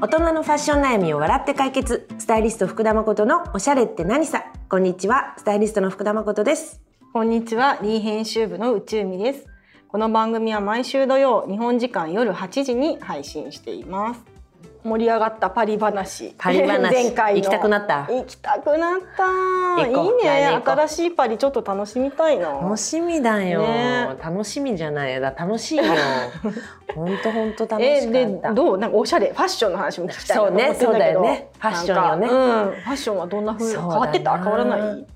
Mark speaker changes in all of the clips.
Speaker 1: 大人のファッション悩みを笑って解決スタイリスト福田誠のおしゃれって何さこんにちはスタイリストの福田誠です
Speaker 2: こんにちは、リー編集部の宇宙美です。この番組は毎週土曜、日本時間夜8時に配信しています。盛り上がったパリ話。
Speaker 1: パリ話
Speaker 2: 前回の
Speaker 1: 行きたくなった
Speaker 2: 行きたくなった。い
Speaker 1: 行こう
Speaker 2: いね。
Speaker 1: 来年行こう
Speaker 2: 新しいパリちょっと楽しみたいな。
Speaker 1: 楽しみだよ、
Speaker 2: ね
Speaker 1: 楽しみじゃないだ楽 しいよほんとほんと楽
Speaker 2: え
Speaker 1: しか
Speaker 2: で
Speaker 1: った、
Speaker 2: どうなんかおしゃれファッションの話も聞きたいなと思って
Speaker 1: そうね
Speaker 2: んだけ
Speaker 1: そう
Speaker 2: ど
Speaker 1: だよねファッションよね
Speaker 2: なんかうんファッションはどんな風に
Speaker 1: そうだ
Speaker 2: 変
Speaker 1: な
Speaker 2: わってた変わらない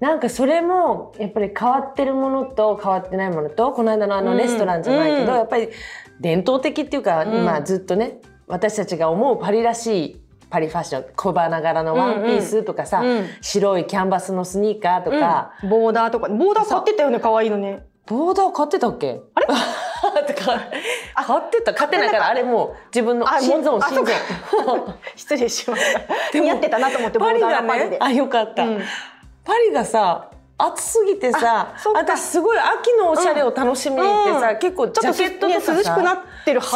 Speaker 1: なんかそれもやっぱり変わってるものと変わってないものとこの間のあ
Speaker 2: う
Speaker 1: の
Speaker 2: ん
Speaker 1: レストランじゃないけど、
Speaker 2: うん
Speaker 1: やっぱり伝統的っていうか、
Speaker 2: うん
Speaker 1: 今ずっとね私たちが思うパリらしいパリファッション小花柄のワンピースとかさ、
Speaker 2: うん
Speaker 1: 白いキャンバスのスニーカーとか、
Speaker 2: うんボーダーとかボーダー買ってたよね可愛いのね
Speaker 1: ボーダー買ってたっけ
Speaker 2: あれ
Speaker 1: とか買ってた買ってないからあれもう自分の
Speaker 2: あ
Speaker 1: 心臓
Speaker 2: もうあ
Speaker 1: 心臓
Speaker 2: そうか 失礼しました
Speaker 1: でも
Speaker 2: 似合ってたなと思ってボ
Speaker 1: パリ
Speaker 2: ーダー
Speaker 1: が
Speaker 2: がパリ
Speaker 1: ね
Speaker 2: で、
Speaker 1: あよかった、
Speaker 2: うん
Speaker 1: パリがさ暑すぎてさ
Speaker 2: あそっか
Speaker 1: 私すごい秋のおしゃれを楽しみに行ってさ、
Speaker 2: うん
Speaker 1: 結構ジャケットとかさ、
Speaker 2: ね涼しくなってるは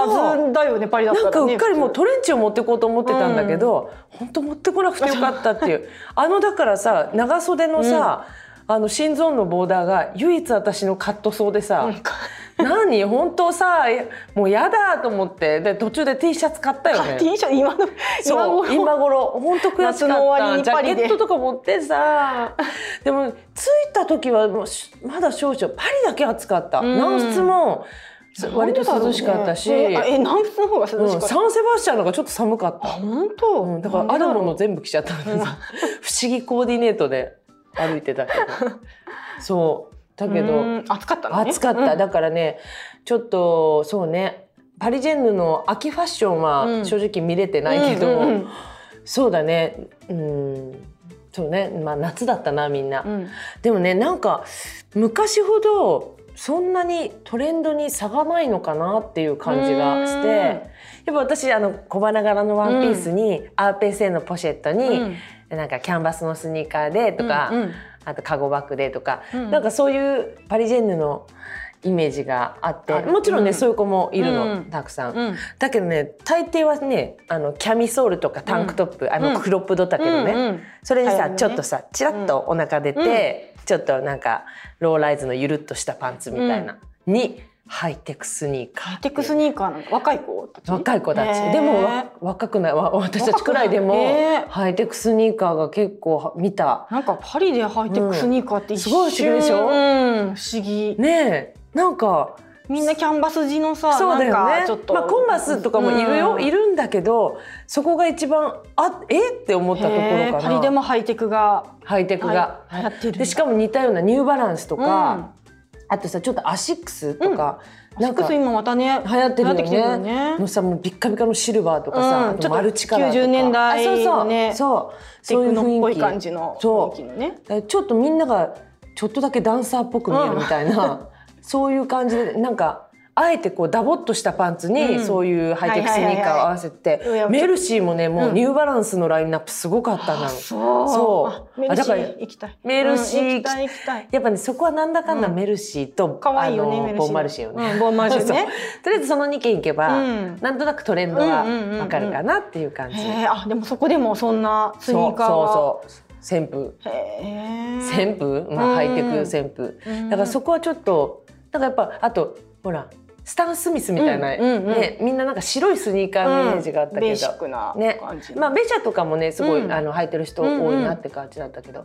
Speaker 2: ずだよねパリだった
Speaker 1: な
Speaker 2: ら
Speaker 1: んかう
Speaker 2: ね
Speaker 1: っかりもうトレンチを持ってこうと思ってたんだけど、ほんと持ってこなくてよかったって いうあのだからさ長袖のさ、あの心臓のボーダーが唯一私のカットソーでさ、
Speaker 2: なんか
Speaker 1: 何本当さえもうやだと思ってで途中で T シャツ買ったよね
Speaker 2: T シャツ今の今
Speaker 1: そう
Speaker 2: 頃
Speaker 1: 今頃本当悔しか
Speaker 2: 夏の終わり
Speaker 1: っ
Speaker 2: に
Speaker 1: た
Speaker 2: パ
Speaker 1: ジャ
Speaker 2: リで
Speaker 1: ケットとか持って さでも着いた時はもうしまだ少々パリだけ暑かった、
Speaker 2: うん
Speaker 1: 南仏もす割と涼しかったし、
Speaker 2: なんでだろうねええ南仏の方が涼
Speaker 1: うん、
Speaker 2: しかった、
Speaker 1: サンセバスチャンの方がちょっと寒かった、
Speaker 2: 本当、
Speaker 1: うん、だからアダムの全部着ちゃったんです不 思議コーディネートで歩いてたけ どそうだけど、
Speaker 2: うん暑かったのね
Speaker 1: 暑かった、
Speaker 2: うん
Speaker 1: だからねちょっとそうねパリジェンヌの秋ファッション
Speaker 2: う
Speaker 1: は
Speaker 2: ん
Speaker 1: 正直見れてないけど、
Speaker 2: うんうん
Speaker 1: そうだねうんそうねまあ夏だったなみんな、
Speaker 2: うんうん
Speaker 1: でもねなんか昔ほどそんなにトレンドに差がないのかなっていう感じがして
Speaker 2: うん
Speaker 1: やっぱ私あの小花柄のワンピースに、アーペン製のポシェットに、なんかキャンバスのスニーカーでとか、
Speaker 2: うんうん
Speaker 1: あとカゴバッグでとか、
Speaker 2: うん
Speaker 1: なんかそういうパリジェンヌのイメージがあって
Speaker 2: ある
Speaker 1: もちろんね、
Speaker 2: うん
Speaker 1: そういう子もいるの、
Speaker 2: うん
Speaker 1: たくさん、
Speaker 2: うん
Speaker 1: だけどね大抵はねあのキャミソールとかタンクトップ、あ
Speaker 2: う
Speaker 1: の
Speaker 2: ん
Speaker 1: クロップドだけどね、
Speaker 2: うんうん
Speaker 1: それに
Speaker 2: 流
Speaker 1: さ、
Speaker 2: 行るよね
Speaker 1: ちょっとさチラッとお腹出て、ちょっとなんかローライズのゆるっとしたパンツみたいな、にハイテクスニーカー
Speaker 2: ハイテクスニーカーなんだ若い子たち
Speaker 1: 若い子た
Speaker 2: へ
Speaker 1: ち
Speaker 2: ー
Speaker 1: でもわ若くないわ私たちくらいでも
Speaker 2: 若くないへー
Speaker 1: ハイテクスニーカーが結構は見た
Speaker 2: なんかパリでハイテクスニーカーって一瞬、
Speaker 1: うんすごい不思議でしょ
Speaker 2: うん、不思議。
Speaker 1: ねえなんか
Speaker 2: みんなキャンバス地のさ、
Speaker 1: そうだよ
Speaker 2: なん
Speaker 1: ね
Speaker 2: かちょっと、
Speaker 1: まあ、コンバスとかもいるよ、
Speaker 2: うん
Speaker 1: いるんだけどそこが一番あえって思ったとこ
Speaker 2: へ
Speaker 1: ろ
Speaker 2: ー
Speaker 1: か
Speaker 2: パリで
Speaker 1: な
Speaker 2: もハイテクが
Speaker 1: ハイテクが。
Speaker 2: は流行ってるんだ。
Speaker 1: でしかも似たようなニューバランスと
Speaker 2: も
Speaker 1: か、、あとさちょっとアシックスとか、
Speaker 2: うん、
Speaker 1: な
Speaker 2: なんん
Speaker 1: か
Speaker 2: か
Speaker 1: 流
Speaker 2: 今またね、
Speaker 1: 行ってるよ
Speaker 2: 流行ってきてる
Speaker 1: ね
Speaker 2: よね
Speaker 1: もうさもうビッカビカのシルバーとかさ、
Speaker 2: うん
Speaker 1: あとマルチカラーとか
Speaker 2: ちょっと90年代のね
Speaker 1: あそう
Speaker 2: テ
Speaker 1: そうそういう雰囲
Speaker 2: クノ
Speaker 1: 気
Speaker 2: っぽい感じの
Speaker 1: そう
Speaker 2: 雰囲気のね。
Speaker 1: だからちょっとみんながちょっとだけダンサーっぽく見えるみたいな、 そういう感じでなんかあえてこうダボっとしたパンツに
Speaker 2: うん
Speaker 1: そういうハイテクスニーカーを合わせて、
Speaker 2: はいはいはいはい
Speaker 1: メルシーもねもううんニューバランスのラインナップすごかった なの、
Speaker 2: そう
Speaker 1: そう
Speaker 2: あメルシ
Speaker 1: あだから
Speaker 2: ー行きたい。
Speaker 1: メルシー
Speaker 2: うん行きたい行きたい。
Speaker 1: やっぱねそこはなんだかんだメルシーと、
Speaker 2: 可愛いよ
Speaker 1: あ
Speaker 2: ね
Speaker 1: の
Speaker 2: メルシー。
Speaker 1: ボンマルシーよね、
Speaker 2: うん、ボンマルシーね。
Speaker 1: そうとりあえずその2軒行けば、
Speaker 2: うん
Speaker 1: なんとなくトレンドは
Speaker 2: うんうんうんうん
Speaker 1: わかるかなっていう感じ、
Speaker 2: へーあでもそこでもそんなスニ
Speaker 1: そう
Speaker 2: ーカーが。
Speaker 1: そうそう扇風
Speaker 2: へえ。
Speaker 1: 扇風、まあ、ハイテク扇風、
Speaker 2: うん
Speaker 1: だからそこはちょっとなんかやっぱあとほらスタン・スミスみたいな、
Speaker 2: うんうんうん
Speaker 1: ね、みんななんか白いスニーカーのイメージがあった
Speaker 2: うんベ
Speaker 1: け
Speaker 2: ーシ
Speaker 1: ど、
Speaker 2: ックな
Speaker 1: ね
Speaker 2: 感じ、
Speaker 1: まあ、ベシャとかもねすごい、
Speaker 2: うん
Speaker 1: あの履いてる人多いなって感じだったけど、や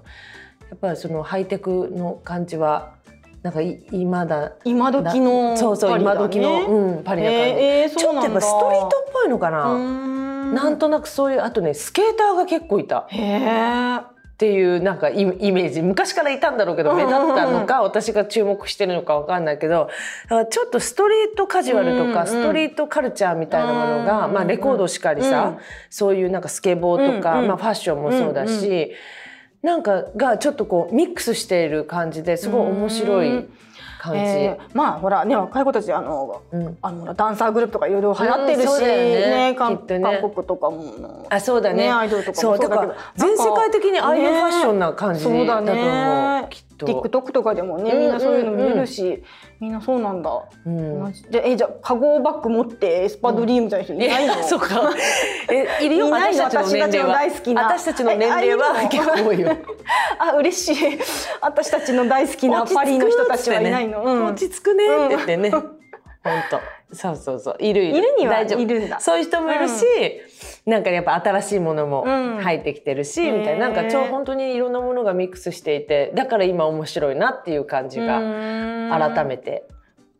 Speaker 1: っぱりそのハイテクの感じはなんかい今だ
Speaker 2: 今時の
Speaker 1: そうそう、
Speaker 2: パリだ
Speaker 1: 今
Speaker 2: ね
Speaker 1: 時の、うん、パリな感じ、
Speaker 2: えーえー
Speaker 1: ち
Speaker 2: そ
Speaker 1: ょ
Speaker 2: う
Speaker 1: っと
Speaker 2: なんだ
Speaker 1: やっぱストリートっぽいのかな、な
Speaker 2: なん
Speaker 1: となくそういうあとねスケーターが結構いた。
Speaker 2: へえ
Speaker 1: っていうなんかイイメージ昔からいたんだろうけど
Speaker 2: うん
Speaker 1: 目
Speaker 2: うんう
Speaker 1: 立
Speaker 2: ん
Speaker 1: ったのか私が注目してるのかわかんないけどだからちょっとストリートカジュアルと
Speaker 2: うんうん
Speaker 1: かストリートカルチャーみたいなもの
Speaker 2: うん
Speaker 1: が
Speaker 2: うん
Speaker 1: まあレコードしかり
Speaker 2: う
Speaker 1: さ
Speaker 2: ん
Speaker 1: そういうなんかスケボーと
Speaker 2: うん
Speaker 1: か
Speaker 2: うん
Speaker 1: まあファッションもそうだ
Speaker 2: う
Speaker 1: しなんかがちょっとこうミックスしている感じですごい面白い感じ。
Speaker 2: えーまあほらね若い子たちあの
Speaker 1: うん
Speaker 2: あのほらダンサーグループとかいろいろ流行ってる
Speaker 1: うんそう
Speaker 2: し
Speaker 1: だよね
Speaker 2: ね
Speaker 1: きっ
Speaker 2: 韓
Speaker 1: とね
Speaker 2: 韓国とかも
Speaker 1: あそうだね
Speaker 2: ねアイドルとかも
Speaker 1: そうだ
Speaker 2: そうだ
Speaker 1: か
Speaker 2: けど
Speaker 1: ら全世界的にああいうファッションな感じだと思う、
Speaker 2: そうだね
Speaker 1: きっと
Speaker 2: TikTok とかでもね
Speaker 1: うん
Speaker 2: みんなそういうの見れるし、みんなそうなんだ、
Speaker 1: うん
Speaker 2: マジでえじゃあカゴバッグ持ってエスパドリームみたいな人いないの、
Speaker 1: えそうかえいるよ
Speaker 2: いな
Speaker 1: 私
Speaker 2: いの
Speaker 1: たちの年齢は
Speaker 2: 私たちの大好きな
Speaker 1: 私たちの年齢
Speaker 2: えあい
Speaker 1: は
Speaker 2: る
Speaker 1: 結
Speaker 2: の
Speaker 1: 構多いよ
Speaker 2: あ嬉しい私たちの大好きなパリの人たちはいないの、うん
Speaker 1: 落ち着くねって言ってね本当そうそうそういるいる
Speaker 2: いるには
Speaker 1: 大丈夫
Speaker 2: いるんだ
Speaker 1: そういう人もいるし、なんかやっぱ新しいものも
Speaker 2: うん
Speaker 1: 入ってきてるし、
Speaker 2: ねえ
Speaker 1: みたいななんか超本当にいろんなものがミックスしていてだから今面白いなっていう感じが
Speaker 2: が
Speaker 1: 改めて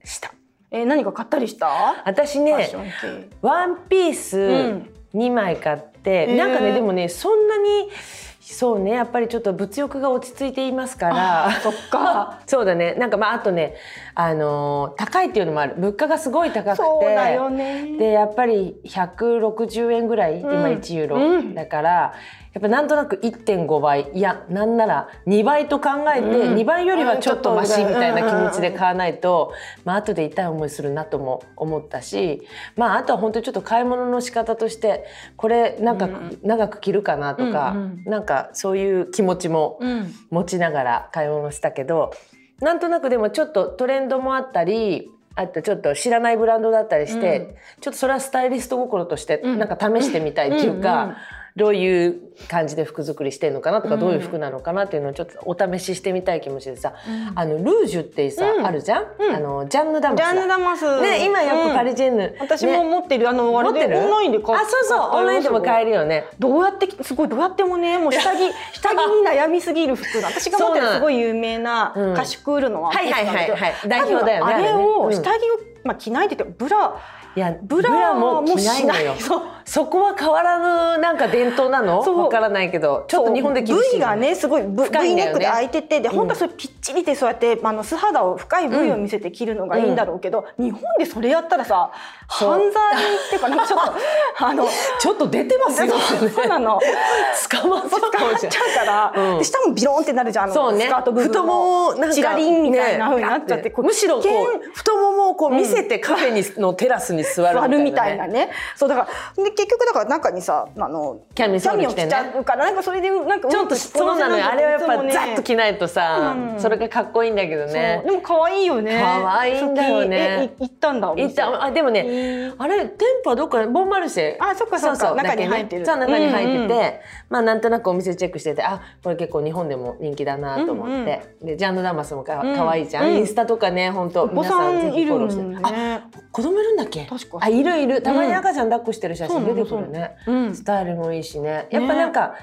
Speaker 1: した。
Speaker 2: えー何か買ったりした
Speaker 1: 私
Speaker 2: ファッ
Speaker 1: ね
Speaker 2: ション系
Speaker 1: ワンピース、
Speaker 2: うん
Speaker 1: 2枚買って、
Speaker 2: えー
Speaker 1: なんかねでもねそんなにそうねやっぱりちょっと物欲が落ち着いていますから
Speaker 2: そっか
Speaker 1: そうだねなんかまああとねあのー高いっていうのもある物価がすごい高くて
Speaker 2: そうだよね
Speaker 1: でやっぱり160円ぐらい、今
Speaker 2: うん
Speaker 1: 1ユーロ、
Speaker 2: うん
Speaker 1: だからやっぱなんとなく1.5倍いやなんなら2倍と考えて、
Speaker 2: うん
Speaker 1: 2倍よりはちょっとマシみたいな気持ちで
Speaker 2: うんうんうん
Speaker 1: 買わないと、まあ後で痛い思いするなとも思ったし、まあ、あとは本当にちょっと買い物の仕方としてこれなんか
Speaker 2: うん
Speaker 1: 長く着るかなとか、
Speaker 2: うんう
Speaker 1: なんかそういう気持ちも
Speaker 2: うん
Speaker 1: 持ちながら買い物したけどなんとなくでもちょっとトレンドもあったりあとちょっと知らないブランドだったりして、
Speaker 2: うん
Speaker 1: ちょっとそれはスタイリスト心として
Speaker 2: うん
Speaker 1: なんか試してみたいっていうか、
Speaker 2: うんうん
Speaker 1: どういう感じで服作りしてるのかなとか、
Speaker 2: うん
Speaker 1: どういう服なのかなっていうのをちょっとお試ししてみたい気持ちでさ、
Speaker 2: うん
Speaker 1: あのルージュってさ、
Speaker 2: うん
Speaker 1: あるじゃん、
Speaker 2: うん
Speaker 1: あのジャンヌ・ダム
Speaker 2: ジ
Speaker 1: ス
Speaker 2: ャンヌ
Speaker 1: だ
Speaker 2: ダマス
Speaker 1: ね今よくパリジェンヌ、
Speaker 2: うん私も
Speaker 1: ね
Speaker 2: 持ってる、あのあれ
Speaker 1: 持って
Speaker 2: で
Speaker 1: る
Speaker 2: オンラインで買っ
Speaker 1: あそうそうオンラインでも買えるよね
Speaker 2: どうやってすごいどうやってもねもう下着下着に悩みすぎる服だ 私が持って
Speaker 1: そう
Speaker 2: る
Speaker 1: なん
Speaker 2: すごい有名な
Speaker 1: うん
Speaker 2: カシュクールのワンピースなんだけど
Speaker 1: はいはいはいはい代表だよね
Speaker 2: 多分あれ
Speaker 1: あれねう
Speaker 2: を
Speaker 1: ん
Speaker 2: 下着をまあ着ないでてブラ
Speaker 1: いや
Speaker 2: ブラ
Speaker 1: も
Speaker 2: はもう
Speaker 1: 着ない
Speaker 2: し
Speaker 1: の
Speaker 2: ない
Speaker 1: よ
Speaker 2: そう
Speaker 1: そこは変わらぬなんか伝統なの
Speaker 2: そう
Speaker 1: わからないけどちょっと日本で厳しい
Speaker 2: V がねすごい V,
Speaker 1: 深い
Speaker 2: v
Speaker 1: んだよね
Speaker 2: ネックで開いててで
Speaker 1: うん
Speaker 2: 本当はそれぴっちりでそうやって、あの素肌を深い V を見せて着るのがいいんだろうけど、日本でそれやったらさ
Speaker 1: そう
Speaker 2: 犯罪っていうかなんかちょっと あの
Speaker 1: ちょっと出てますよってね
Speaker 2: そうなの。
Speaker 1: 捕まっちゃうかもし
Speaker 2: ち
Speaker 1: れ
Speaker 2: ゃ
Speaker 1: ないう
Speaker 2: から、
Speaker 1: うん
Speaker 2: で下もビローンってなるじゃんあの
Speaker 1: そうね
Speaker 2: スカート部分
Speaker 1: 太もをなんか
Speaker 2: チラリンみたいな風になっちゃって,、
Speaker 1: ねむしろこう太ももをこう見せてカフェにのテラスに座
Speaker 2: 座
Speaker 1: る
Speaker 2: る
Speaker 1: み
Speaker 2: み
Speaker 1: た
Speaker 2: た
Speaker 1: い
Speaker 2: い
Speaker 1: な
Speaker 2: な
Speaker 1: ね
Speaker 2: ねそうだからで結局だから中にさあの
Speaker 1: キャミソール着てね
Speaker 2: キャミを着ちゃうからなんかそれでなんか
Speaker 1: ちょっとそうなのよあれはやっぱザッと
Speaker 2: き
Speaker 1: 着ないとさ
Speaker 2: うん
Speaker 1: それがかっこいいんだけどね
Speaker 2: でも可愛いよね
Speaker 1: 可愛いんだよね
Speaker 2: 好きえい行ったんだお店
Speaker 1: 一旦あでもね、
Speaker 2: へ
Speaker 1: あれ店舗はどっかボンマルシェ
Speaker 2: あそっかそっか中に入ってる
Speaker 1: そう中に入ってて、
Speaker 2: うんう
Speaker 1: まあなんとなくお店チェックしててあこれ結構日本でも人気だなと思って、でジャンヌ・ダマスもか,、
Speaker 2: うん
Speaker 1: わいいじゃん、
Speaker 2: うん
Speaker 1: インスタとかね本当
Speaker 2: お子さんいるもんね
Speaker 1: あ子供いるんだっけ
Speaker 2: 確か
Speaker 1: あいるいるたまに赤ちゃん抱っこしてる写
Speaker 2: そう
Speaker 1: 真
Speaker 2: なの
Speaker 1: 出てくるね、
Speaker 2: うん
Speaker 1: スタイルもいいしねやっぱなんか、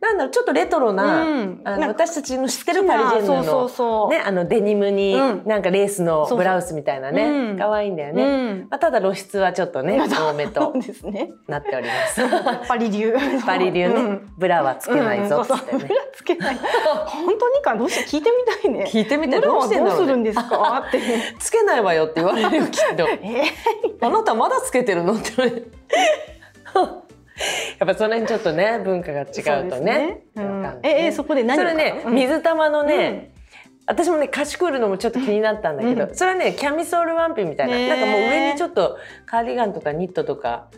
Speaker 1: なんだろうちょっとレトロな、
Speaker 2: うん
Speaker 1: あ
Speaker 2: な
Speaker 1: の
Speaker 2: ん
Speaker 1: 私たちの知ってるパリジェンヌの
Speaker 2: そうそうそう
Speaker 1: ね、あのデニムに、
Speaker 2: うん
Speaker 1: なんかレースの
Speaker 2: そうそう
Speaker 1: ブラウスみたいな
Speaker 2: う
Speaker 1: ね
Speaker 2: ん
Speaker 1: 可愛いんだよね、
Speaker 2: うん
Speaker 1: まあ、ただ露出はちょっとね多め
Speaker 2: そ
Speaker 1: と
Speaker 2: うですね
Speaker 1: なっております
Speaker 2: パリ流
Speaker 1: パリ流ね、
Speaker 2: うん
Speaker 1: ブラはつけないぞ
Speaker 2: うん
Speaker 1: っ
Speaker 2: そ
Speaker 1: つ
Speaker 2: う
Speaker 1: っ
Speaker 2: そう
Speaker 1: て
Speaker 2: ブ
Speaker 1: ね
Speaker 2: ラつけない。本当にかどうして聞いてみたいね。
Speaker 1: 聞いてみたい
Speaker 2: ブラ
Speaker 1: どう
Speaker 2: は
Speaker 1: してんだ
Speaker 2: どう
Speaker 1: ろ
Speaker 2: す
Speaker 1: うね
Speaker 2: るんですかって。
Speaker 1: つけないわよって言われ るよきっと
Speaker 2: え
Speaker 1: あなたまだつけてるのって 言われるやっぱその辺ちょっとね文化が違うとね
Speaker 2: そうですねうん
Speaker 1: わかんない
Speaker 2: ええそこで何を
Speaker 1: それね、
Speaker 2: うん
Speaker 1: 水玉のね、私もねカシュクールのもちょっと気になったんだけど、それはねキャミソールワンピみたいな、
Speaker 2: ねえ
Speaker 1: なんかもう上にちょっとカーディガンとかニットとか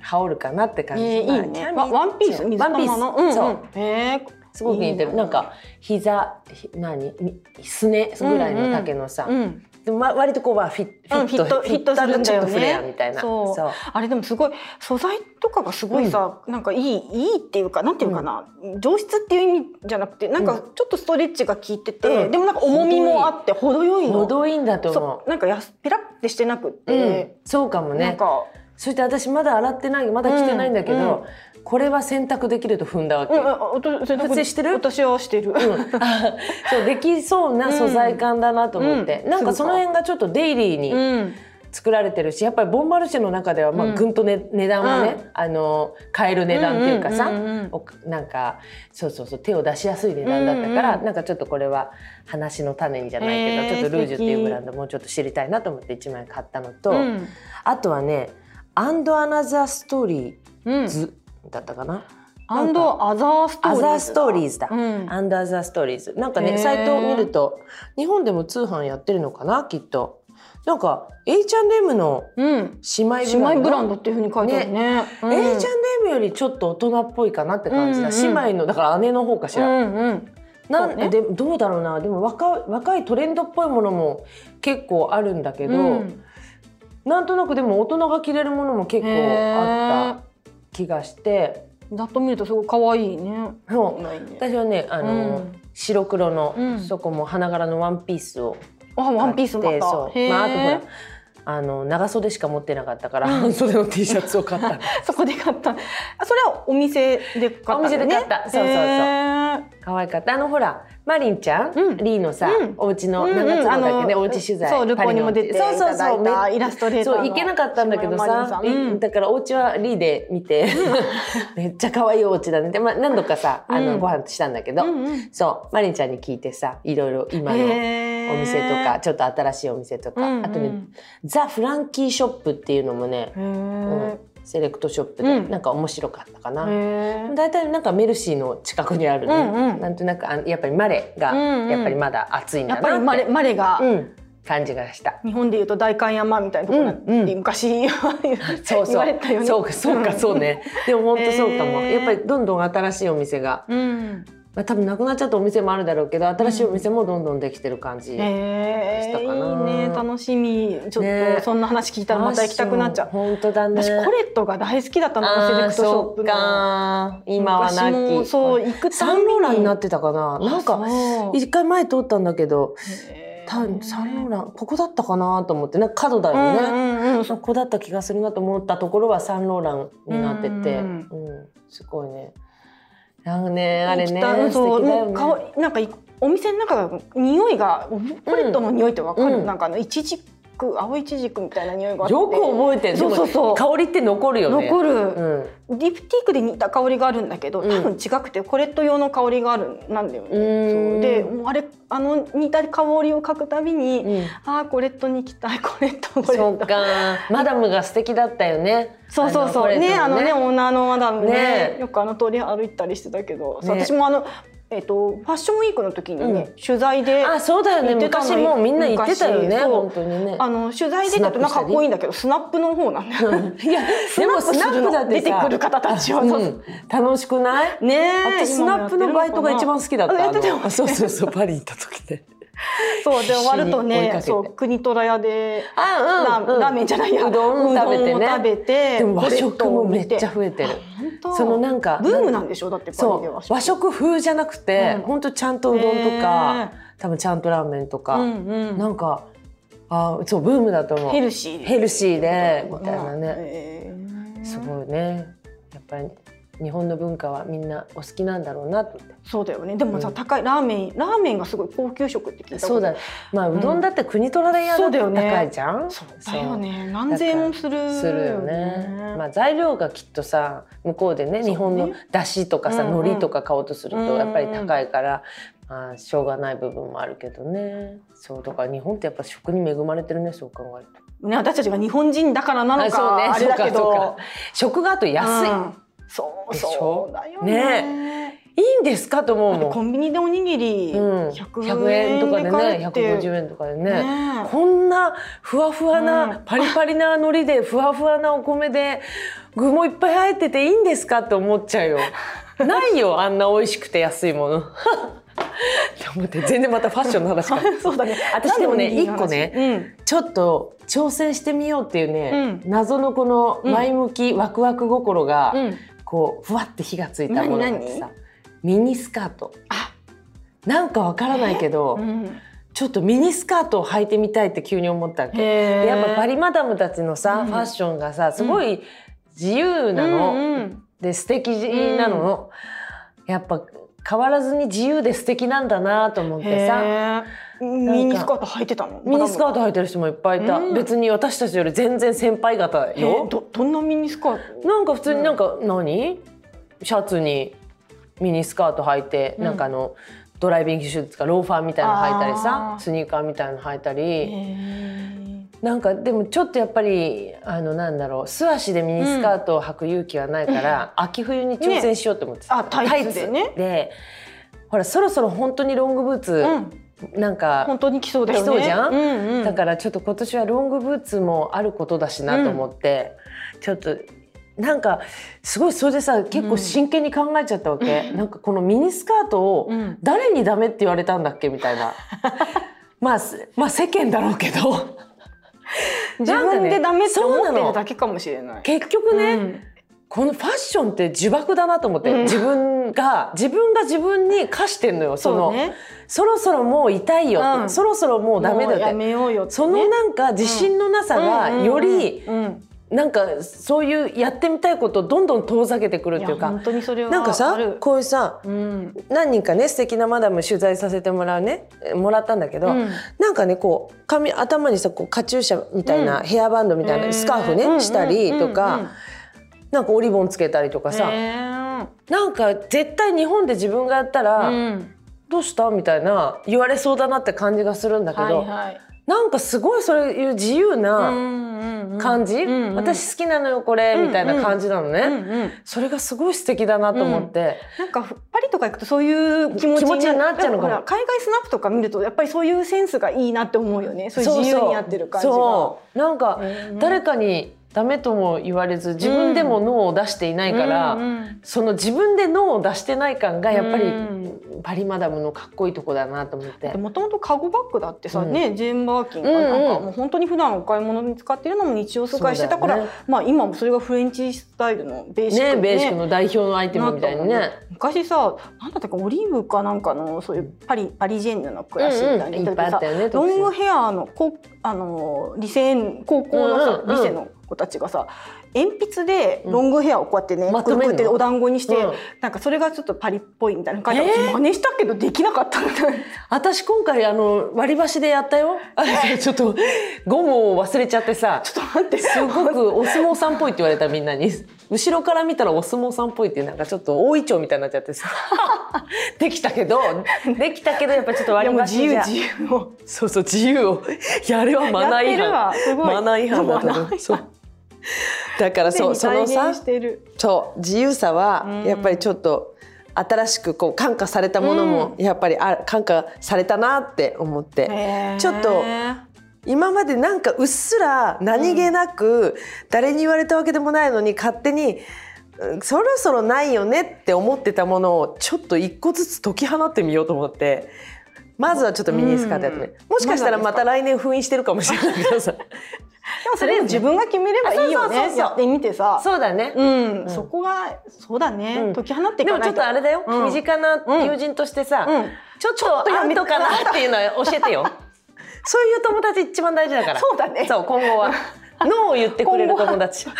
Speaker 1: 羽織るかなって感じ、
Speaker 2: えいい
Speaker 1: まあキ
Speaker 2: ね。
Speaker 1: ャミ
Speaker 2: ワワンピース水
Speaker 1: ワンピ
Speaker 2: 玉の。
Speaker 1: ース、そう、
Speaker 2: うん。え
Speaker 1: すごく似てる。なんか膝ひ何みすねぐらいの丈のさ、
Speaker 2: うん。
Speaker 1: でま割とこうはフィッフ
Speaker 2: うん、
Speaker 1: ィ
Speaker 2: フ
Speaker 1: ッ
Speaker 2: ィ
Speaker 1: ト、
Speaker 2: ットフィットするんだ
Speaker 1: ちょ
Speaker 2: よ
Speaker 1: っとフレ
Speaker 2: ね
Speaker 1: アみたいな。
Speaker 2: そう
Speaker 1: そう
Speaker 2: あれでもすごい素材とかがすごいさ、なんかいいいいっていうかなんていうかな、上質っていう意味じゃなくてなんかちょっとストレッチが効いてて、
Speaker 1: うん
Speaker 2: でもなんか重みもあって程よいの
Speaker 1: 程いいんだと思
Speaker 2: そうなんかやすペラってしてなくっ
Speaker 1: う。うん、
Speaker 2: て、
Speaker 1: そうかも
Speaker 2: なん
Speaker 1: ね。
Speaker 2: か、
Speaker 1: そして私まだ洗ってないまだ着てないんだけど、これは洗濯できると踏んだわけ。
Speaker 2: う
Speaker 1: うんん
Speaker 2: うん、私
Speaker 1: 撮影してる
Speaker 2: 私はしてる、
Speaker 1: あそうできそうな素材感だなと思って、
Speaker 2: うん
Speaker 1: なんかその辺がちょっとデイリーに
Speaker 2: うん、
Speaker 1: 作られてるしやっぱりボンマルシェの中ではま
Speaker 2: う
Speaker 1: あ
Speaker 2: ん
Speaker 1: ぐんと、ね値段はね、あの買える値段っていうかさ、
Speaker 2: うんうんうんうん
Speaker 1: おなんかそうそうそう手を出しやすい値段だったから、
Speaker 2: うんうん
Speaker 1: なんかちょっとこれは話の種にじゃないけど、
Speaker 2: えー
Speaker 1: ちょっとルージュってい
Speaker 2: 素
Speaker 1: う
Speaker 2: 敵
Speaker 1: ブランドもうちょっと知りたいなと思って1枚買ったのと、
Speaker 2: うん
Speaker 1: あとはね「アンドアナザーストーリ
Speaker 2: う
Speaker 1: ー
Speaker 2: ん、
Speaker 1: ズ」だったかな。
Speaker 2: アンドアザーストーリー
Speaker 1: ア
Speaker 2: ズ
Speaker 1: ザーストーリーズだ。
Speaker 2: うん
Speaker 1: アンダーザーストーリーズ。なんか
Speaker 2: へー
Speaker 1: ね、サイトを見ると、日本でも通販やってるのかな、きっと。なんか、H&M の
Speaker 2: うん、
Speaker 1: 姉妹
Speaker 2: 姉妹ブランドっていうふうに書いてあるねうん、
Speaker 1: エージャンネームよりちょっと大人っぽいかなって感じだ、
Speaker 2: うんうん
Speaker 1: 姉妹のだから姉の方かしら、
Speaker 2: うんうん
Speaker 1: なん、
Speaker 2: そうね
Speaker 1: でどうだろうなでも若い若いトレンドっぽいものも結構あるんだけど、
Speaker 2: うん
Speaker 1: なんとなくでも大人が着れるものも結構あった気がして
Speaker 2: へーざっと見るとすごい可愛いね。
Speaker 1: そう
Speaker 2: ないね
Speaker 1: 私はねあの、
Speaker 2: うん
Speaker 1: 白黒の、
Speaker 2: うん
Speaker 1: そこも花柄のワンピースを
Speaker 2: あワンピースもあ
Speaker 1: 買っ
Speaker 2: っ
Speaker 1: て
Speaker 2: た。
Speaker 1: そう、
Speaker 2: へー
Speaker 1: まあ、あとほらあの長袖しか持ってなかったから 半袖の T シャツを買ったの
Speaker 2: そこで買った。あそれはお店で買ったのね。
Speaker 1: お店で買ったそうそうそう
Speaker 2: そ
Speaker 1: 可愛かったあのほらマリンちゃん、
Speaker 2: うん
Speaker 1: リーのさ、
Speaker 2: うん
Speaker 1: お家の7つのだけね、おうち取材
Speaker 2: そうルポにも出てい
Speaker 1: そうそう
Speaker 2: ただ
Speaker 1: そう
Speaker 2: い
Speaker 1: め
Speaker 2: たイラストレーター
Speaker 1: そ
Speaker 2: の
Speaker 1: う行けなかったんだけど
Speaker 2: 島山
Speaker 1: さ、
Speaker 2: マリンさんうん
Speaker 1: だからお家はリーで見て めっちゃ可愛いお家だねで、まあ、何度かさあの、
Speaker 2: うん
Speaker 1: ご飯したんだけど、
Speaker 2: うんうん
Speaker 1: そうマリンちゃんに聞いてさいろいろ今の
Speaker 2: へー
Speaker 1: お店とかちょっと新しいお店とか、
Speaker 2: うんうん
Speaker 1: あとねザ・フランキーショップっていうのもね、う
Speaker 2: へ
Speaker 1: ん
Speaker 2: ー
Speaker 1: セレクトショップ
Speaker 2: う
Speaker 1: で
Speaker 2: ん
Speaker 1: なんか面白かったかな。
Speaker 2: へー
Speaker 1: 大体なんかメルシーの近くにあるね、
Speaker 2: うんうん
Speaker 1: なんとなくあのやっぱりマレが
Speaker 2: うんうん
Speaker 1: やっぱりまだ熱いん
Speaker 2: や
Speaker 1: だ
Speaker 2: っ
Speaker 1: な
Speaker 2: ぱりマレマレが
Speaker 1: うん、感じがした。
Speaker 2: 日本でいうと代官山みたいなところ
Speaker 1: うん
Speaker 2: に
Speaker 1: う
Speaker 2: 昔
Speaker 1: そう
Speaker 2: 言
Speaker 1: そ
Speaker 2: わ
Speaker 1: う
Speaker 2: れたよね。
Speaker 1: そうかそうかそうねでも本当そうかも、
Speaker 2: へー
Speaker 1: やっぱりどんどん新しいお店が、
Speaker 2: うん。
Speaker 1: まあ、多分なくなっちゃったお店もあるだろうけど新しいお店もどんどんできてる感じ、
Speaker 2: え
Speaker 1: したか
Speaker 2: ー、
Speaker 1: ない
Speaker 2: いね楽しみちょっ
Speaker 1: ね
Speaker 2: とそんな話聞いたらまた行きたくなっちゃう、
Speaker 1: 本当だね
Speaker 2: 私コレットが大好きだったのセレ
Speaker 1: あー
Speaker 2: クトショッ
Speaker 1: そ
Speaker 2: プ
Speaker 1: う
Speaker 2: の
Speaker 1: か今はな
Speaker 2: 昔も
Speaker 1: き
Speaker 2: そう行く
Speaker 1: サ
Speaker 2: た
Speaker 1: ン
Speaker 2: んび
Speaker 1: ローランにな
Speaker 2: に
Speaker 1: ってたかななんか
Speaker 2: そう
Speaker 1: 一回前通ったんだけど
Speaker 2: へー
Speaker 1: 多分サンローランここだったかなと思ってなんか角だよね、
Speaker 2: うんうんうん
Speaker 1: そこだった気がするなと思ったところはサンローランになってて、
Speaker 2: う
Speaker 1: うんんすごいね。あのねあれね
Speaker 2: 行きたいそう
Speaker 1: 素敵だよ
Speaker 2: もう
Speaker 1: ね。
Speaker 2: 香りなんかいお店の中が匂いがコレットの匂いってわかる、
Speaker 1: うん
Speaker 2: なんかあのイチジク青いちじくみたいな匂いがあって
Speaker 1: よく覚えてる。
Speaker 2: そうそうそう
Speaker 1: でも香りって残るよね。
Speaker 2: 残る、
Speaker 1: うん。
Speaker 2: リプティークで似た香りがあるんだけど、
Speaker 1: うん
Speaker 2: 多分違くてコレット用の香りがあるなんだよね。そうでもうあれあの似た香りを嗅ぐたびに、
Speaker 1: うん
Speaker 2: ああコレットに行きたいコレットコレ
Speaker 1: そう
Speaker 2: ット
Speaker 1: か。マダムが素敵だったよね。
Speaker 2: そうそうそう
Speaker 1: あの
Speaker 2: ねあのね。
Speaker 1: これ
Speaker 2: オーナーのマダムね
Speaker 1: ね
Speaker 2: よくあの通り歩いたりしてたけど、そう
Speaker 1: ね
Speaker 2: 私もあのえっ、とファッションウィークの時にね、取材で
Speaker 1: あそうだよね。
Speaker 2: 行ってたの
Speaker 1: 昔もうみんな言ってたよね。
Speaker 2: 昔そう
Speaker 1: 本当にね。
Speaker 2: あの取材でだとなんかかっこいいんだけどスナップの方なんだよね。
Speaker 1: いやでもスナップだって
Speaker 2: 出て
Speaker 1: さ
Speaker 2: くる方たちは、
Speaker 1: う
Speaker 2: そうそうん
Speaker 1: 楽しくない？
Speaker 2: ねえ
Speaker 1: 私スナップのバイトが一番好きだった。
Speaker 2: あやってたよ
Speaker 1: あのそうそうそうパリ行った時で。
Speaker 2: そうで終わると
Speaker 1: 一緒に追い
Speaker 2: ね
Speaker 1: かけて
Speaker 2: そう国虎屋で
Speaker 1: あ
Speaker 2: ラ,、
Speaker 1: うんうん
Speaker 2: ラーメンじゃないや
Speaker 1: うどん食べて
Speaker 2: うどんを食べ
Speaker 1: ね
Speaker 2: て
Speaker 1: でも和食もめっちゃ
Speaker 2: 本
Speaker 1: 増えてる
Speaker 2: 当
Speaker 1: そのなんか
Speaker 2: ブームなんでしょだってパリ
Speaker 1: そ
Speaker 2: で
Speaker 1: う
Speaker 2: は
Speaker 1: 和食風じゃなくて、
Speaker 2: うん
Speaker 1: ほんとちゃんとうどんとか、多分ちゃんとラーメンとか、
Speaker 2: うんうん
Speaker 1: なんかあそうブームだと思う
Speaker 2: ヘルシー
Speaker 1: ヘルシーでみたいなね、
Speaker 2: ね
Speaker 1: すごいねやっぱり日本の文化はみんなお好きなんだろうなと思って
Speaker 2: そうだよねでもさ、
Speaker 1: うん
Speaker 2: 高いラーメンラーメンがすごい高級食って聞いたこと
Speaker 1: そうだまあうどんだって国取られや
Speaker 2: そ
Speaker 1: だ
Speaker 2: う
Speaker 1: っ
Speaker 2: だ
Speaker 1: て
Speaker 2: よね
Speaker 1: 高いじゃん、
Speaker 2: そうだよね何千円もする
Speaker 1: そうするよねま
Speaker 2: まあ
Speaker 1: あ、材料がきっとさ向こうでね
Speaker 2: ね
Speaker 1: 日本のだしとかさ、
Speaker 2: うんうん
Speaker 1: 海苔とか買おうとすると
Speaker 2: うんうん
Speaker 1: やっぱり高いから、まあ、しょうがない部分もあるけどねそうだから日本ってやっぱ食に恵まれてるねそう考えると
Speaker 2: ね私たちが日本人だからなのかあ,、
Speaker 1: あ
Speaker 2: れだ
Speaker 1: そうか
Speaker 2: け
Speaker 1: そう
Speaker 2: ど
Speaker 1: か食があと安い、
Speaker 2: うんそう
Speaker 1: でしょ
Speaker 2: そうだよね
Speaker 1: いいんですかと思
Speaker 2: だ
Speaker 1: う
Speaker 2: って
Speaker 1: も
Speaker 2: コ
Speaker 1: ん、
Speaker 2: ンビニでおにぎり
Speaker 1: うん、
Speaker 2: 100円
Speaker 1: とかで
Speaker 2: 買える
Speaker 1: ね
Speaker 2: って
Speaker 1: 150円とかでね
Speaker 2: ね
Speaker 1: こんなふわふわな、
Speaker 2: うん
Speaker 1: パリパリな海苔でふわふわなお米で具もいっぱい入ってていいんですかって思っちゃ うよ。ないよあんな美味しくて安いもの。 って思って全然またファッションの話 か。
Speaker 2: そうだね
Speaker 1: 私でもね
Speaker 2: なんおにぎりの話
Speaker 1: 一個ねちょっと挑戦してみようっていうね、
Speaker 2: う
Speaker 1: 謎のこの
Speaker 2: うん
Speaker 1: 前向き、ワクワク心が、
Speaker 2: うん、うん、
Speaker 1: こうふわって火がついたものがあってさミ
Speaker 2: 何
Speaker 1: ニスカート
Speaker 2: あ
Speaker 1: なんかわからないけど、
Speaker 2: うん
Speaker 1: ちょっとミニスカートを履いてみたいって急に思ったわけ。
Speaker 2: へー
Speaker 1: でやっぱパリマダムたちのさ、
Speaker 2: うん
Speaker 1: ファッションがさすごい自由なの、
Speaker 2: うんうん
Speaker 1: で素敵なの、やっぱ変わらずに自由で素敵なんだなと思ってさ
Speaker 2: へーミニスカート履いてたの
Speaker 1: ミニスカー
Speaker 2: ト
Speaker 1: ト履いてる人もいっぱいいた、
Speaker 2: うん
Speaker 1: 別に私たちより全然先輩方よ。
Speaker 2: どどんなミニスカート
Speaker 1: なんか普通になんか何シャツにミニスカート履いて、
Speaker 2: うん
Speaker 1: なんかあのドライビングシューズとかローファーみたいなの履いたりさ
Speaker 2: あー
Speaker 1: スニーカーみたいなの履いたり。
Speaker 2: へー
Speaker 1: なんかでもちょっとやっぱりあのなんだろう素足でミニスカートを履く勇気はないから、秋冬に挑戦しようと思ってた、
Speaker 2: ねあタイツでね
Speaker 1: タイツでほらそろそろ本当にロングブーツ
Speaker 2: う、ん
Speaker 1: なんか、
Speaker 2: 本当に来そうだよね
Speaker 1: 来そうじゃん
Speaker 2: うんうん、
Speaker 1: だからちょっと今年はロングブーツもあることだしなと思って、ちょっとなんかすごいそれでさ結構真剣に考えちゃったわけ、なんかこのミニスカートを
Speaker 2: うん
Speaker 1: 誰にダメって言われたんだっけみたいなまあすまあ世間だろうけど
Speaker 2: 自分でダメって思ってるだけかもしれない。
Speaker 1: 結局ね、
Speaker 2: うん
Speaker 1: このファッションって呪縛だなと思って、
Speaker 2: うん
Speaker 1: 自分が自分が自分に課してんのよその
Speaker 2: そうね。
Speaker 1: そろそろもう痛いよって、
Speaker 2: うん
Speaker 1: そろそろもうダメだ
Speaker 2: もうや
Speaker 1: って。
Speaker 2: めようよってね。
Speaker 1: そのなんか自信のなさが
Speaker 2: うん
Speaker 1: より
Speaker 2: うんうん
Speaker 1: なんかそういうやってみたいことをどんどん遠ざけてくる
Speaker 2: う
Speaker 1: っ
Speaker 2: んい
Speaker 1: て
Speaker 2: や
Speaker 1: いうか
Speaker 2: 本当にそれは
Speaker 1: なんかさ
Speaker 2: ある
Speaker 1: こういうさ
Speaker 2: うん
Speaker 1: 何人かね素敵なマダム取材させてもらうねえもらったんだけど、
Speaker 2: うん
Speaker 1: なんかねこう髪頭にさこうカチューシャみたいな、
Speaker 2: うん
Speaker 1: ヘアバンドみたい
Speaker 2: へ
Speaker 1: な
Speaker 2: ー
Speaker 1: スカーフね、
Speaker 2: うん
Speaker 1: したりとか、
Speaker 2: うんうんうん
Speaker 1: なんかおリボンつけたりとかさ、
Speaker 2: へー
Speaker 1: なんか絶対日本で自分がやったら、
Speaker 2: うん
Speaker 1: どうしたみたいな言われそうだなって感じがするんだけど、
Speaker 2: はいはい
Speaker 1: なんかすごいそういう自由
Speaker 2: う
Speaker 1: なん
Speaker 2: うんうん
Speaker 1: 感じ、
Speaker 2: うんうん
Speaker 1: 私好きなのよこれ、
Speaker 2: うん
Speaker 1: みたいな感じなのね、
Speaker 2: うんうん
Speaker 1: それがすごい素敵だなと思って、
Speaker 2: なんかパリとか行くとそういう気持
Speaker 1: 気
Speaker 2: ち
Speaker 1: 持ちになっちゃうのかも
Speaker 2: ほら海外スナップとか見るとやっぱりそういうセンスがいいなって思うよねそういう
Speaker 1: そう
Speaker 2: 自
Speaker 1: そう
Speaker 2: 由にやってる感じが
Speaker 1: そうなんか、
Speaker 2: うん
Speaker 1: 誰かにダメとも言われず自分でも脳を出していないから、
Speaker 2: うんうん
Speaker 1: その自分で脳を出してない感がやっぱり、
Speaker 2: うん
Speaker 1: パリマダムのかっこいいとこだなと思って
Speaker 2: で。もともとカゴバッグだってさ、
Speaker 1: うん
Speaker 2: ねジェーン・バーキンが
Speaker 1: うんうん
Speaker 2: なんかもう本当に普段お買い物に使ってるのも日常使いしてたから、
Speaker 1: そうだよね
Speaker 2: まあ今もそれがフレンチスタイルのベーシック
Speaker 1: ね
Speaker 2: で
Speaker 1: ベーシックの代表のアイテムみたいに
Speaker 2: な
Speaker 1: ね
Speaker 2: っ。たもん昔さなんだったかオリーブかなんかのそういうパリパリジェンヌのクラスみた
Speaker 1: う
Speaker 2: いなの
Speaker 1: んうんいっぱいあったよね
Speaker 2: さロングヘアのこあのーリセン高校のさ、
Speaker 1: うんうんうん
Speaker 2: リセの子たちがさ鉛筆でロングヘアをこうやってね、
Speaker 1: うんま
Speaker 2: く
Speaker 1: と
Speaker 2: る
Speaker 1: め
Speaker 2: く
Speaker 1: んの
Speaker 2: るってお団子にして、
Speaker 1: うん
Speaker 2: なんかそれがちょっとパリっぽいみたいな感じで、
Speaker 1: えー
Speaker 2: 私真似したけどで きなかったみたいな。
Speaker 1: 私今回あの割り箸でやったよ。あちょっとゴムを忘れちゃってさ。
Speaker 2: ちょっと待って
Speaker 1: すごくお相撲さんっぽいって言われたみんなに後ろから見たらお相撲さんっぽいってなんかちょっと大いちょうみたいになっちゃって さできたけどできたけどやっぱちょっと
Speaker 2: で
Speaker 1: 割り
Speaker 2: も
Speaker 1: 箸
Speaker 2: 自
Speaker 1: じ
Speaker 2: 由
Speaker 1: ゃ
Speaker 2: 自由を
Speaker 1: そうそう自由をいやあれはマナー違
Speaker 2: やってるわ
Speaker 1: 反
Speaker 2: すごい
Speaker 1: マナー違反だと
Speaker 2: マナー違
Speaker 1: 思う
Speaker 2: 反
Speaker 1: そうだからそうそ
Speaker 2: 体
Speaker 1: の
Speaker 2: 現
Speaker 1: さ
Speaker 2: してる
Speaker 1: そう自由さは
Speaker 2: ん
Speaker 1: やっぱりちょっと新しくこう感化されたものもやっぱりあ感化されたなって思ってちょっと今までなんかうっすら何気なく誰に言われたわけでもないのに勝手にうんそろそろないよねって思ってたものをちょっと一個ずつ解き放ってみようと思ってまずはちょっとミニスカートやってみる
Speaker 2: うん
Speaker 1: もしかしたら
Speaker 2: ま
Speaker 1: ま
Speaker 2: だで
Speaker 1: た
Speaker 2: すか
Speaker 1: 来年封印してるかもしれない からさ
Speaker 2: でもそれ自分が決めればいいよ
Speaker 1: あそうそうそう
Speaker 2: ね
Speaker 1: そう
Speaker 2: やってみてさ
Speaker 1: そうだね
Speaker 2: うん、
Speaker 1: ん
Speaker 2: そこがそうだね、
Speaker 1: うん
Speaker 2: 解き放ってい
Speaker 1: で
Speaker 2: か
Speaker 1: もち
Speaker 2: な
Speaker 1: ょ
Speaker 2: い
Speaker 1: っとあれだよ、
Speaker 2: うん
Speaker 1: 身近な
Speaker 2: うん
Speaker 1: 友人としてさ、
Speaker 2: うん
Speaker 1: ちょっとあんとかなっていうのは教えてよ そういう友達一番大事だから
Speaker 2: そうだね
Speaker 1: そう今後は ノーを言ってくれる友達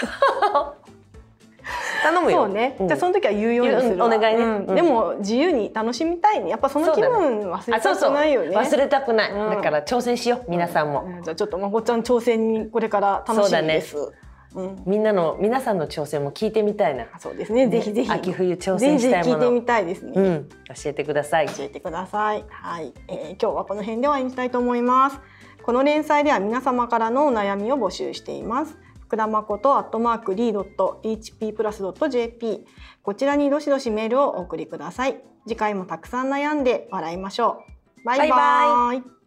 Speaker 1: 頼むよ
Speaker 2: そうね、
Speaker 1: ん
Speaker 2: じゃあその時は言うようにするわ
Speaker 1: 言うお願いね
Speaker 2: うん
Speaker 1: うん
Speaker 2: でも自由に楽しみたいねやっぱその気分忘れ
Speaker 1: あそう
Speaker 2: た
Speaker 1: そ
Speaker 2: く
Speaker 1: う
Speaker 2: ないよね
Speaker 1: 忘れたくない、
Speaker 2: うん
Speaker 1: だから挑戦しよう皆さんも、
Speaker 2: うんじゃあちょっとまこちゃん挑戦にこれから楽しみですう,、ん
Speaker 1: みんなの皆さんの挑戦も聞いてみたいな
Speaker 2: そうですねぜひぜひ
Speaker 1: 秋冬挑戦したいもの
Speaker 2: ぜひぜひ聞いてみたいですね、
Speaker 1: うん教えてください
Speaker 2: 教えてください。はい、えー今日はこの辺で終わりにしたいと思います。この連載では皆様からのお悩みを募集しています。福田誠アットマークリードット HP プラスドット JP こちらにどしどしメールをお送りください。次回もたくさん悩んで笑いましょう。バイバ
Speaker 1: バイ
Speaker 2: イ